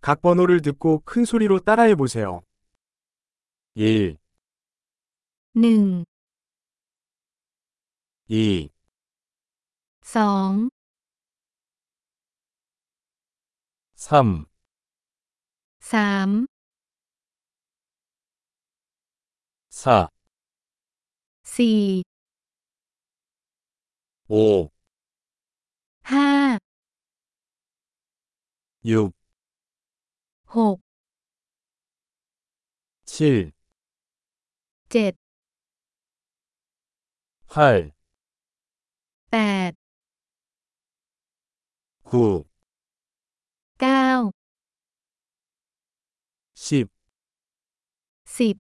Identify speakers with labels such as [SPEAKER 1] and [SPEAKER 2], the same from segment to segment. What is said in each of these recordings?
[SPEAKER 1] 각 번호를 듣고 큰 소리로 따라해 보세요. 1,
[SPEAKER 2] หนึ่ง
[SPEAKER 1] 2,
[SPEAKER 2] สอง
[SPEAKER 1] 3,
[SPEAKER 2] สาม
[SPEAKER 1] 4,
[SPEAKER 2] สี่
[SPEAKER 1] 5,
[SPEAKER 2] ห้า
[SPEAKER 1] 6,
[SPEAKER 2] หก
[SPEAKER 1] 7,
[SPEAKER 2] เจ็ด
[SPEAKER 1] 8,
[SPEAKER 2] แปด
[SPEAKER 1] 9,
[SPEAKER 2] เก้า
[SPEAKER 1] 10,
[SPEAKER 2] สิบ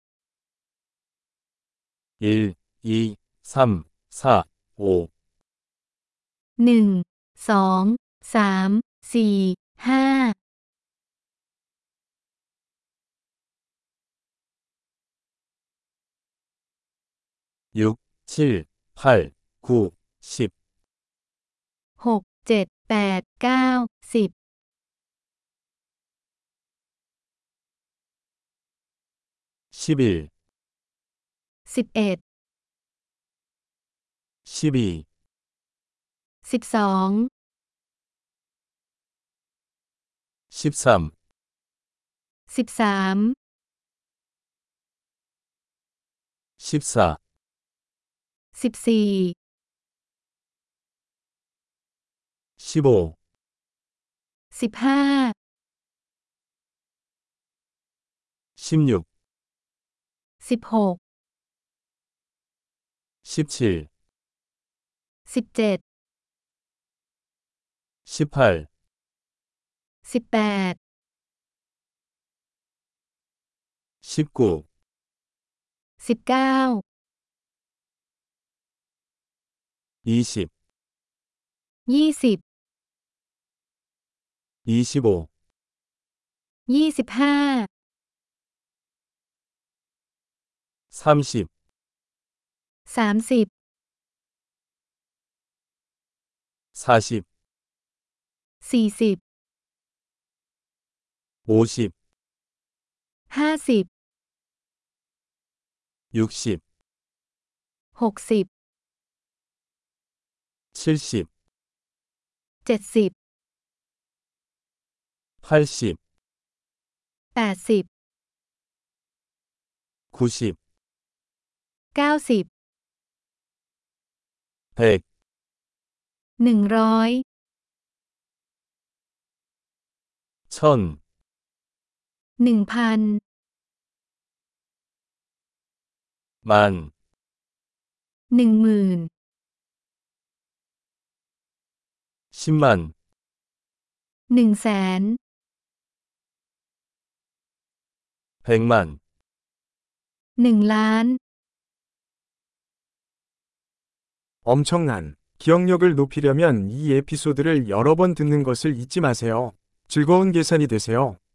[SPEAKER 1] 1, 2, 3, 4, 5,
[SPEAKER 2] หนึ่ง สอง สาม สี่ ห้า
[SPEAKER 1] 6, 7, 8, 9, 10,
[SPEAKER 2] หก เจ็ด แปด เก้า สิบ
[SPEAKER 1] 11,
[SPEAKER 2] สิบเอ็ด
[SPEAKER 1] 12,
[SPEAKER 2] สิบสอง
[SPEAKER 1] 13,
[SPEAKER 2] สิบสาม
[SPEAKER 1] 14,
[SPEAKER 2] สิบสี่
[SPEAKER 1] 15,
[SPEAKER 2] สิบห้า
[SPEAKER 1] 16,
[SPEAKER 2] สิบหก
[SPEAKER 1] 17,
[SPEAKER 2] สิบเจ็ด
[SPEAKER 1] 18,
[SPEAKER 2] สิบแปด
[SPEAKER 1] 19,
[SPEAKER 2] สิบเก้า
[SPEAKER 1] 20,
[SPEAKER 2] ยี่สิบ
[SPEAKER 1] 25,
[SPEAKER 2] ยี่สิบห้า
[SPEAKER 1] 30,
[SPEAKER 2] สามสิบ
[SPEAKER 1] 40,
[SPEAKER 2] สี่สิบ
[SPEAKER 1] 50,
[SPEAKER 2] ห้าสิบ
[SPEAKER 1] 60,
[SPEAKER 2] หกสิบ
[SPEAKER 1] 70,
[SPEAKER 2] เจ็ดสิบ
[SPEAKER 1] 80,
[SPEAKER 2] แปดสิบ
[SPEAKER 1] 90,
[SPEAKER 2] เก้าสิบ
[SPEAKER 1] 100,
[SPEAKER 2] หนึ่งร้อย
[SPEAKER 1] 1000,
[SPEAKER 2] หนึ่งพัน
[SPEAKER 1] 만,
[SPEAKER 2] หนึ่งหมื่น
[SPEAKER 1] 10만,
[SPEAKER 2] หนึ่งแสน
[SPEAKER 1] 100만,
[SPEAKER 2] หนึ่งล้าน
[SPEAKER 1] 엄청난 기억력을 높이려면 이 에피소드를 여러 번 듣는 것을 잊지 마세요. 즐거운 계산이 되세요.